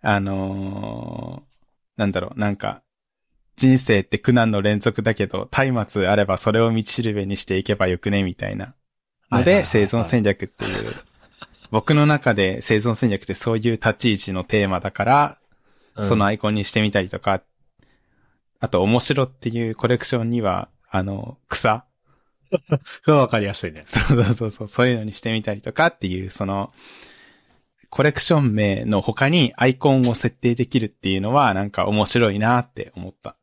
あのーなんだろう、なんか、人生って苦難の連続だけど、松明あればそれを道しるべにしていけばよくね、みたいな。のはいはいはいはいで、生存戦略っ [laughs] ていう、僕の中で生存戦略ってそういう立ち位置のテーマだから、うんそのアイコンにしてみたりとか、あと、面白っていうコレクションには、あの、草 [laughs] これはわかりやすいね。そうそうそうそう、そういうのにしてみたりとかっていう、その、コレクション名の他にアイコンを設定できるっていうのはなんか面白いなって思った。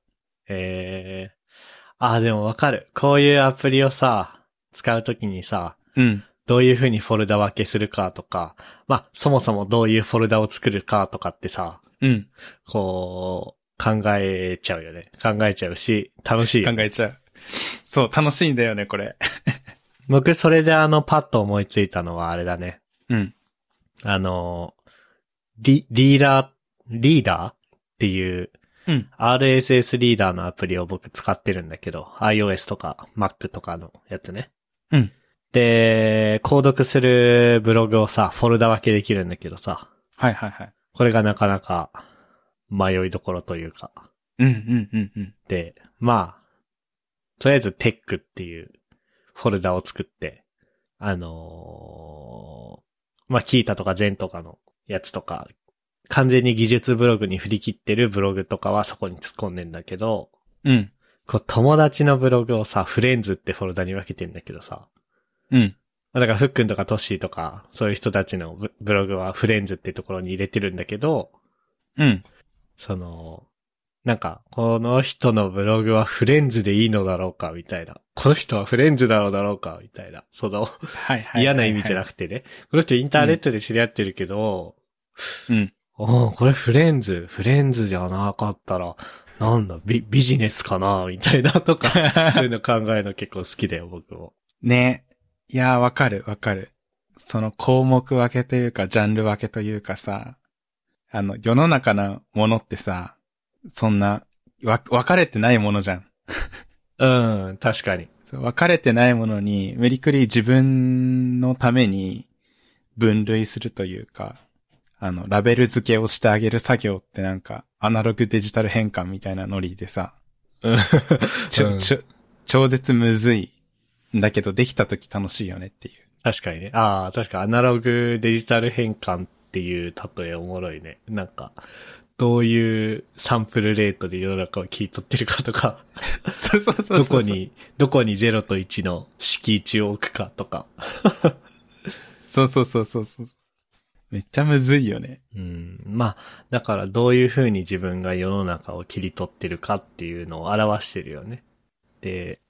えー。あー、でもわかる。こういうアプリをさ、使うときにさ、うん。どういう風にフォルダ分けするかとか、まあ、そもそもどういうフォルダを作るかとかってさ、うん。こう、考えちゃうよね。考えちゃうし、楽しいよ考えちゃう。そう、楽しいんだよね、これ。僕、それであの、パッと思いついたのはあれだね。うん。あの、リ、リーダー、リーダーっていう、うん。 RSS リーダーのアプリを僕使ってるんだけど、iOS とか Mac とかのやつね。うん。で、購読するブログをさ、フォルダ分けできるんだけどさ、はいはいはい。これがなかなか迷いどころというか。うんうんうんうん。で、まあ、とりあえずテックっていうフォルダを作って、あのーまあ、キータとかゼンとかのやつとか、完全に技術ブログに振り切ってるブログとかはそこに突っ込んでんだけど、うん。こう友達のブログをさ、フレンズってフォルダに分けてんだけどさ、うん。まあだからフックンとかトッシーとか、そういう人たちのブブログはフレンズってところに入れてるんだけど、うん。その、なんか、この人のブログはフレンズでいいのだろうか、みたいな。この人はフレンズだろうだろうか、みたいな。その、はいはい。嫌な意味じゃなくくてね。この人インターネットで知り合ってるけど、て。うん。おーこれフレンズ、フレンズじゃなかったら、なんだ、ビ、ビジネスかな、みたいなと [laughs] か、そういうの考えるの結構好きだよ、僕も。ね。いやー、わかるわかる。その項目分けというか、ジャンル分けというかさ、あの、世の中のものってさ、そんな、わ、分かれてないものじゃん。うん、確かに。そう分かれてないものに、無理くり自分のために分類するというか、あの、ラベル付けをしてあげる作業ってなんか、アナログデジタル変換みたいなノリでさ、うん。 [laughs] ちょ、うんちょ、超絶むずい。んだけど、できた時楽しいよねっていう。確かにね。ああ、確かアナログデジタル変換っていう例えおもろいね。なんか、どういうサンプルレートで世の中を切り取ってるかとか、 [laughs] そうそうそうそうどこに、どこに0と1の敷地を置くかとか。そうそうそうそうそう。めっちゃむずいよね。うん。まあ、だからどういうふうに自分が世の中を切り取ってるかっていうのを表してるよね。で、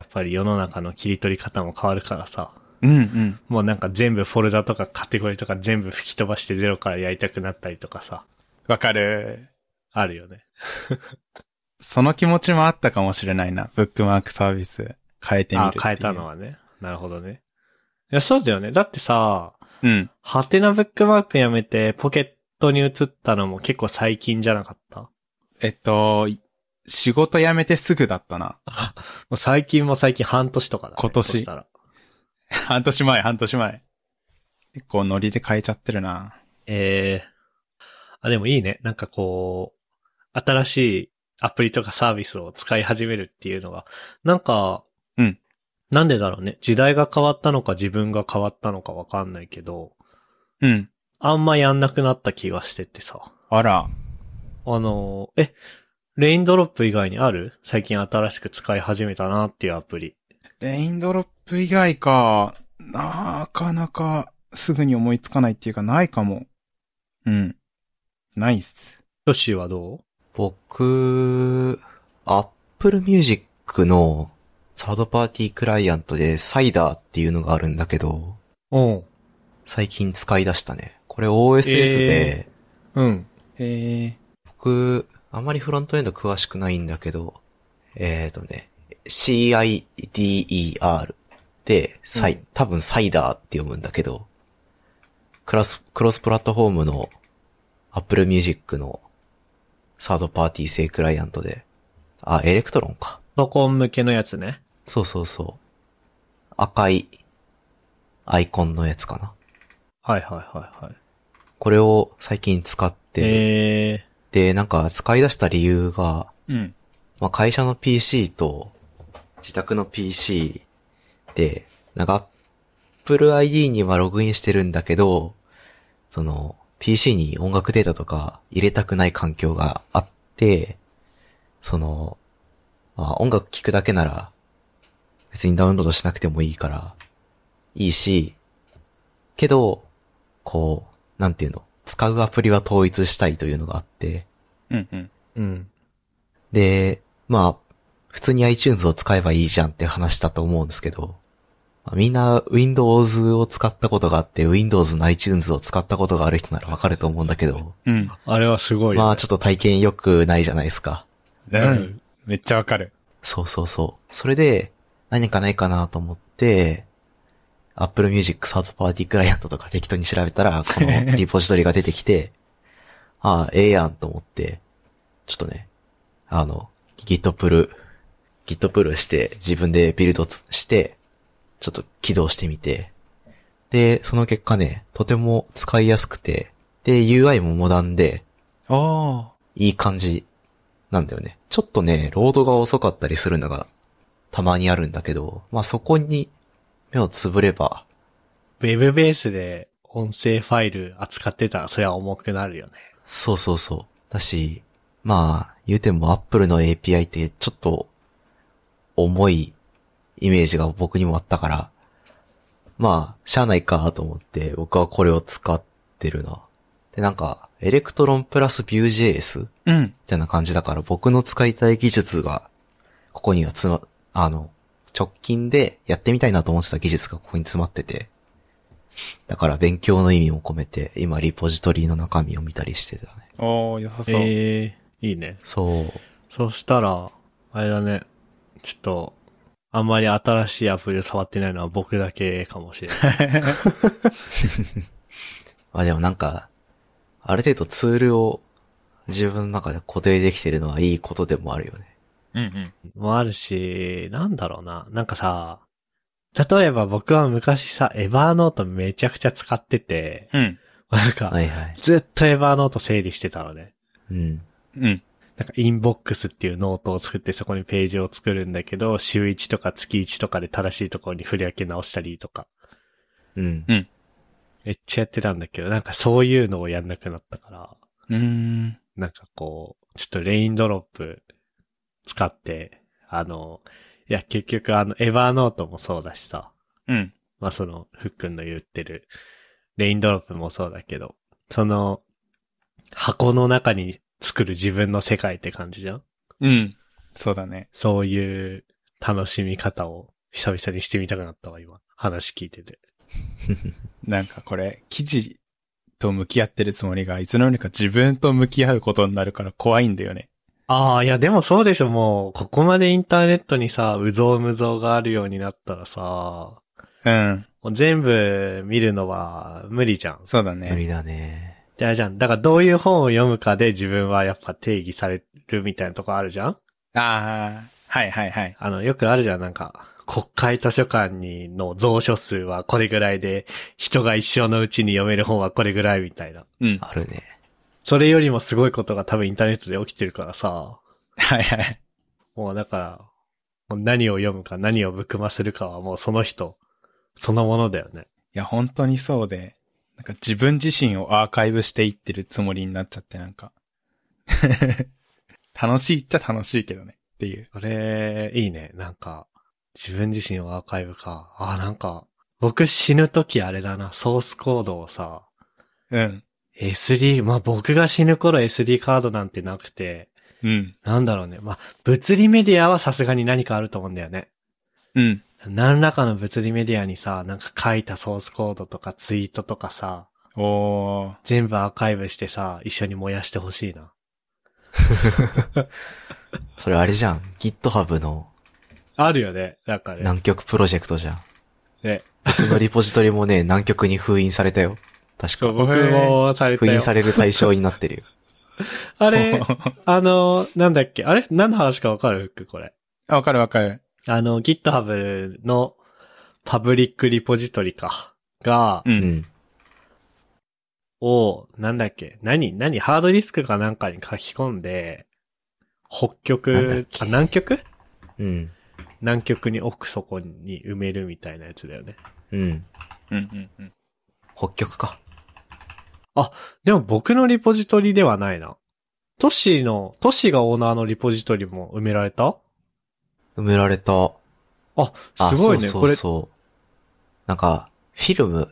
やっぱり世の中の切り取り方も変わるからさ、うんうん。もうなんか全部フォルダとかカテゴリーとか全部吹き飛ばしてゼロからやりたくなったりとかさ、わかる。あるよね。その気持ちもあったかもしれないな。ブックマークサービス変えてみるあっていう変えたの。はね。なるほどね。いや、そうだよね。だってさ、うん。ハテナブックマークやめてポケットに移ったのも結構最近じゃなかったもえっと、い仕事辞めてすぐだった [laughs] な。う最近も最近半年とかだ、ね。今年そしたら半年前、半年前。結構ノリで変えちゃってるな。ええあ、でもいいね。なんかこう、新しいアプリとかサービスを使い始めるっていうのが、なんか、うん。なんでだろうね。時代が変わったのか自分が変わったのかわかんないけど、うん。あんまやんなくなった気がしててさ。あら。あの、え、レインドロップ以外にある最近新しく使い始めたなっていうアプリ。レインドロップ以外か、なかなかすぐに思いつかないっていうかないかも。うん。ないっす。ヨッシーはどう僕、Apple Music のサードパーティークライアントでサイダーっていうのがあるんだけど、うん。最近使い出したね。これ OSS で、うん。へえ。僕、あんまりフロントエンド詳しくないんだけど、えーとね、CIDER で、サイ、うん多分サイダーって読むんだけど、クラス、クロスプラットフォームの Apple Music のサードパーティー製クライアントで、あ、エレクトロンか。パソコン向けのやつね。そうそうそう。赤いアイコンのやつかな。はいはいはいはい。これを最近使ってる。ええで、なんか使い出した理由が、うん。まあ、会社の PC と自宅の PC で、なんか Apple ID にはログインしてるんだけど、その PC に音楽データとか入れたくない環境があって、その、まあ、音楽聴くだけなら別にダウンロードしなくてもいいからいいし、けど、こう、なんていうの、使うアプリは統一したいというのがあって、うんうん。うん。で、まあ、普通に iTunes を使えばいいじゃんって話だと思うんですけど、まあみんな Windows を使ったことがあって、Windows の iTunes を使ったことがある人ならわかると思うんだけど、うん。あれはすごいよね。まあちょっと体験良くないじゃないですか。うんめっちゃわかる。そうそうそう。それで、何かないかなと思って、Apple Music サードパーティークライアントとか適当に調べたら、このリポジトリが出てきて、ああ、ええやんと思って、ちょっとね、あの、Git プル、Git プルして自分でビルドつして、ちょっと起動してみて、で、その結果ね、とても使いやすくて、で、UI もモダンで、あいい感じなんだよね。ちょっとね、ロードが遅かったりするのがたまにあるんだけど、まあそこに目をつぶれば、ウェブベースで音声ファイル扱ってたらそれは重くなるよね。そうそうそう。だし、まあ言うても Apple の API ってちょっと重いイメージが僕にもあったから、まあ、しゃあないかと思って僕はこれを使ってるな。で、なんか、エレクトロンプラス Vue.js? あ。うん。みたいな感じだから、僕の使いたい技術が、ここにはつま、あの、直近でやってみたいなと思ってた技術がここに詰まってて、だから勉強の意味も込めて、今リポジトリの中身を見たりしてたね。おー、良さそう。ええいいね。そう。そしたら、あれだね。ちょっと、あんまり新しいアプリを触ってないのは僕だけかもしれない。まあでもなんか、ある程度ツールを自分の中で固定できてるのはいいことでもあるよね。うんうん。もあるし、なんだろうな。なんかさ、例えば僕は昔さ、エバーノートめちゃくちゃ使ってて、 [laughs] うん。なんかは、いはい。ずっとエバーノート整理してたのね。うん。うん。なんかインボックスっていうノートを作ってそこにページを作るんだけど、週1とか月1とかで正しいところに振り分け直したりとか、 [laughs] うん。めっちゃやってたんだけど、なんかそういうのをやんなくなったから、うーん。なんかこう、ちょっとレインドロップ使って、あの、いや結局あのエヴァーノートもそうだしさ、うん。まあその、ふっくんの言ってる、レインドロップもそうだけど、その、箱の中に作る自分の世界って感じじゃんうん。そうだね。そういう楽しみ方を久々にしてみたくなったわ、今。話聞いてて。なんかこれ、記事と向き合ってるつもりが、いつの間にか自分と向き合うことになるから怖いんだよね。ああ、いやでもそうでしょ、もう、ここまでインターネットにさ、うぞうむぞうがあるようになったらさ、うん。もう全部見るのは無理じゃん。そうだ無ね。理だね。であれじゃん。だからどういう本を読むかで自分はやっぱ定義されるみたいなとこあるじゃんああ、はいはいはい。あの、よくあるじゃん、なんか、国会図書館にの蔵書数はこれぐらいで、人が一生のうちに読める本はこれぐらいみたいな。うん。あるね。それよりもすごいことが多分インターネットで起きてるからさ、はいはい。もうだから、もう何を読むか何をぶくませるかはもうその人、そのものだよね。いや、本当にそうで、なんか自分自身をアーカイブしていってるつもりになっちゃって、なんか。 [laughs] 楽しいっちゃ楽しいけどね、っていう。それ、いいね。なんか、自分自身をアーカイブか。あ、なんか、僕死ぬときあれだな、ソースコードをさ、うん。 SD、まあ、僕が死ぬ頃 SD カードなんてなくて、うん。なんだろうね。まあ、物理メディアはさすがに何かあると思うんだよね。うん。何らかの物理メディアにさ、なんか書いたソースコードとかツイートとかさ、おー。全部アーカイブしてさ、一緒に燃やしてほしいな。それあれじゃん。GitHub のあるよね。なんかね。南極プロジェクトじゃん。ね。僕のリポジトリもね、南極に封印されたよ。確そかう、。僕もされた封よ印。される対象になってるよ。あれ、あの、なんだっけあれ何の話かわかる服これ。 [laughs] あわかるわかる。あの、GitHub のパブリックリポジトリか。が、う。うんん。を、なんだっけ、何、何、ハードディスクかなんかに書き込んで、北なんだっ極、けあ、南極うん。南極に奥底に埋めるみたいなやつだよね。うん。うんうんうん。北極か。でも僕のリポジトリではないな。トシの、トシがオーナーのリポジトリも埋められた埋められた。あ、あ、すごいね、そうそうそう。なんか、フィルム、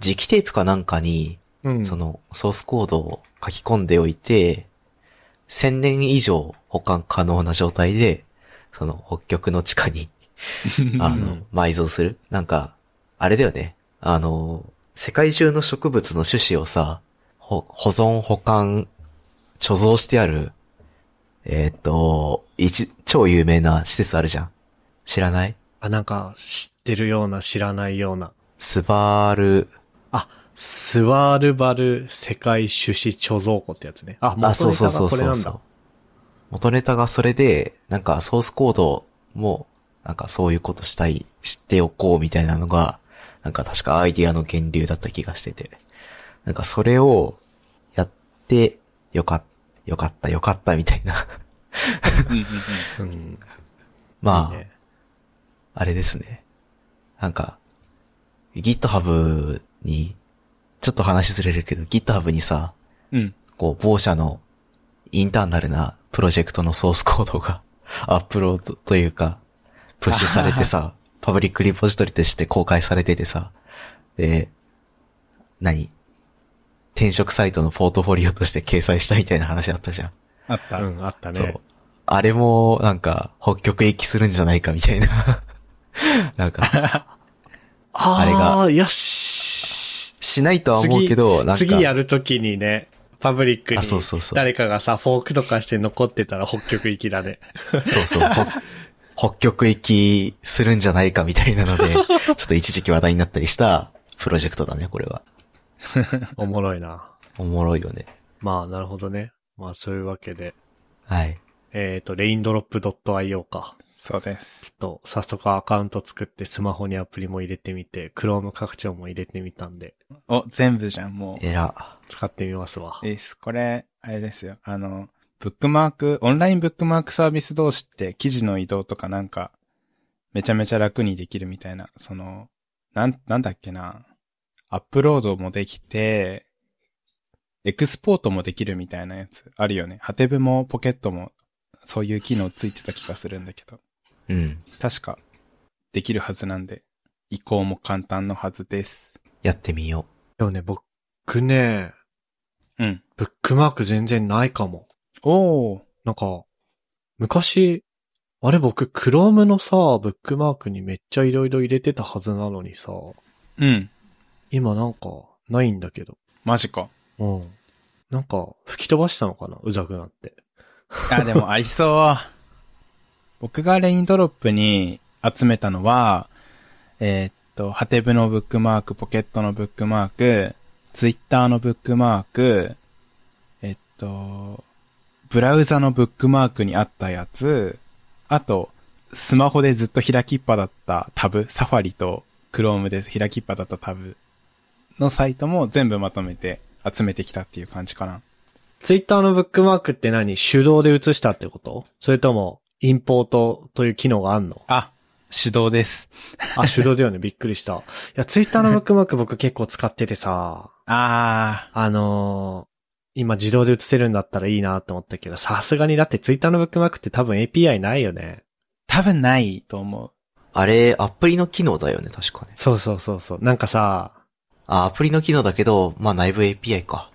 磁気テープかなんかに、これ。うん。そのソースコードを書き込んでおいて、1000年以上保管可能な状態で、その北極の地 [laughs] 下に、あの、埋蔵する。なんか、あれだよね。あの、世界中の植物の種子をさ、ほ保存、保管、貯蔵してある、えーっと、一、超有名な施設あるじゃん。知らないあ、なんか、知ってるような、知らないような。スバール、スワールバル世界種子貯蔵庫ってやつね。あ、もあ、うそうそうそうこれそなうんそだう。。元ネタがそれで、なんかソースコードも、なんかそういうことしたい、知っておこうみたいなのが、なんか確かアイディアの源流だった気がしてて。なんかそれを、やって、よかっ、よかった、よかったみたいな。 [laughs] うんうんうんうん。まあ、いいねあれですね。なんか、GitHub に、ちょっと話ずれるけど、GitHub にさ、うん。こう、某社のインターナルなプロジェクトのソースコードが [laughs] アップロードというか、プッシュされ [laughs] てさ、パブリックリポジトリとして公開されててさ、で、何転職サイトのポートフォリオとして掲載したみたいな話あったじゃん。あった。うん、あったそねう。。あれも、なんか、北極行きするんじゃないかみたいな。 [laughs] なんか、ああれがー。よし。しないとは思うけど、なんか、次やるときにね、パブリックにあそうそうそう誰かがさ、フォークとかして残ってたら北極行きだね。 [laughs] そうそう。ほ北極行きするんじゃないかみたいなので、ちょっと一時期話題になったりしたプロジェクトだね、これは。おもろいな。おもろいよね。まあ、なるほどね。まあ、そういうわけで。はい。えっ、と、raindrop.io か。そうです。ちょっと、早速アカウント作って、スマホにアプリも入れてみて、Chrome 拡張も入れてみたんで、お、全部じゃん、もう。えら。使ってみますわ。です。これ、あれですよ。あの、ブックマーク、オンラインブックマークサービス同士って記事の移動とかなんか、めちゃめちゃ楽にできるみたいな、その、なん、なんだっけな。アップロードもできて、エクスポートもできるみたいなやつあるよね。ハテブもポケットも、そういう機能ついてた気がするんだけど。うん。確か、できるはずなんで、移行も簡単のはずです。やってみよでもね、僕ね、うん。ブックマーク全然ないかも。おー。なんか、昔、あれ僕、クロームのさ、ブックマークにめっちゃいろいろ入れてたはずなのにさ、うん。今なんか、ないんだけど。マジか。うん。なんか、吹き飛ばしたのかなうざくなって。あ、でもありそう。 [laughs] 僕がレインドロップに集めたのは、えーっと、ハテブのブックマーク、ポケットのブックマーク、ツイッターのブックマーク、えっと、ブラウザのブックマークにあったやつ、あと、スマホでずっと開きっぱだったタブ、サファリとクロームで開きっぱだったタブのサイトも全部まとめて集めてきたっていう感じかな。ツイッターのブックマークって何手動で移したってことそれとも、インポートという機能があんのあ、手動です。あ、手動だよね。びっくりした。いや、ツイッターのブックマーク僕結構使っててさ、あー、あのー今自動で移せるんだったらいいなって思ったけど、さすがにだってツイッターのブックマークって多分 API ないよね。多分ないと思う。あれ、アプリの機能だよね、確かね。そうそうそうそう。なんかさ、あ、アプリの機能だけど、まあ内部 API か。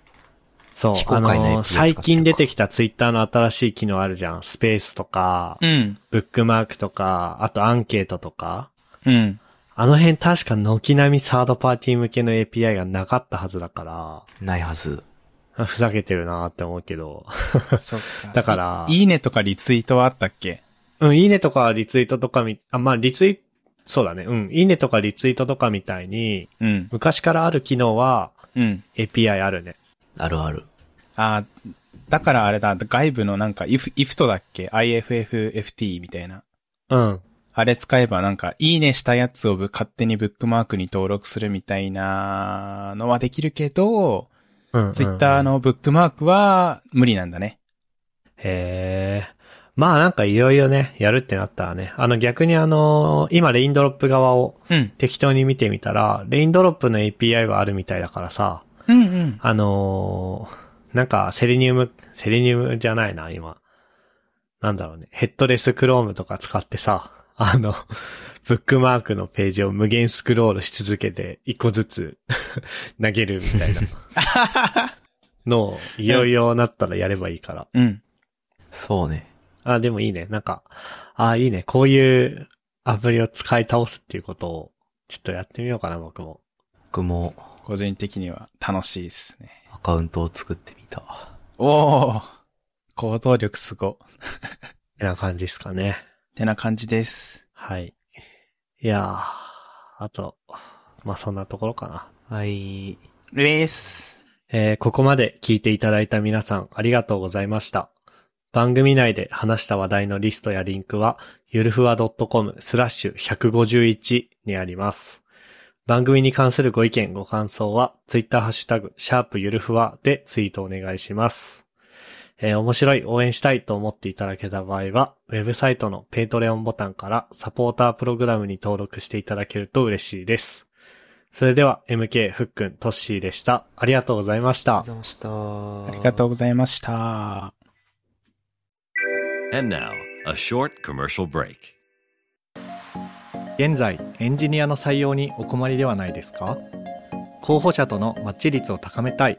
そう、非公あ開のの API ーを使って最るか近出てきたツイッターの新しい機能あるじゃん。スペースとか、うん。ブックマークとか、あとアンケートとか。うん。あの辺確か軒並みサードパーティー向けの API がなかったはずだかないはず。ら、ふざけてるなって思うけど。 [laughs] そっかだからい、いいねとかリツイートはあったっけうん、いいねとかリツイートとかみ、あ、まあリツイ、そうだね。うん、いいねとかリツイートとかみたいに、うん。昔からある機能はうん。 API あるね。あるある。あーだからあれだ、外部のなんか、if、if とだっけ ?iffft みたいな。うん。あれ使えばなんか、いいねしたやつをぶ勝手にブックマークに登録するみたいなのはできるけど、うん、うん。ツイッター。のブックマークは無理なんだね。へえ。まあなんかいよいよね、やるってなったらね。あの逆にあのー今レインドロップ側をうん。適当に見てみたら、レインドロップの API はあるみたいだからさ、うんうん。あのーなんかセレニウム、セレニウムじゃないな、今。なんだろうね。ヘッドレスクロームとか使ってさ、あの、ブックマークのページを無限スクロールし続けて、一個ずつ [laughs] 投げるみたいなのを、 [laughs] いよいよなったらやればいいから。うん。そうね。あ、でもいいね。なんか、あ、いいね。こういうアプリを使い倒すっていうことを、ちょっとやってみようかな、僕も。僕も個人的には楽しいですね。アカウントを作ってみた。おー行動力すご。てな感じですかね。てな感じです。はい。いやー、あと、まあ、そんなところかな。はい。です。えーここまで聞いていただいた皆さんありがとうございました。番組内で話した話題のリストやリンクは、ゆるふわ .com スラッシュ151にあります。番組に関するご意見、ご感想は、ツイッターハッシュタグ、シャープゆるふわでツイートお願いします。えー面白い、応援したいと思っていただけた場合は、ウェブサイトのペイトレオンボタンからサポータープログラムに登録していただけると嬉しいです。それでは、MK、ふっくん、トッシーでした。ありがとうございました。うございました。ありがとうございました。 And now, a short commercial break. 現在エンジニアの採用にお困りではないですか候補者とのマッチ率を高めたい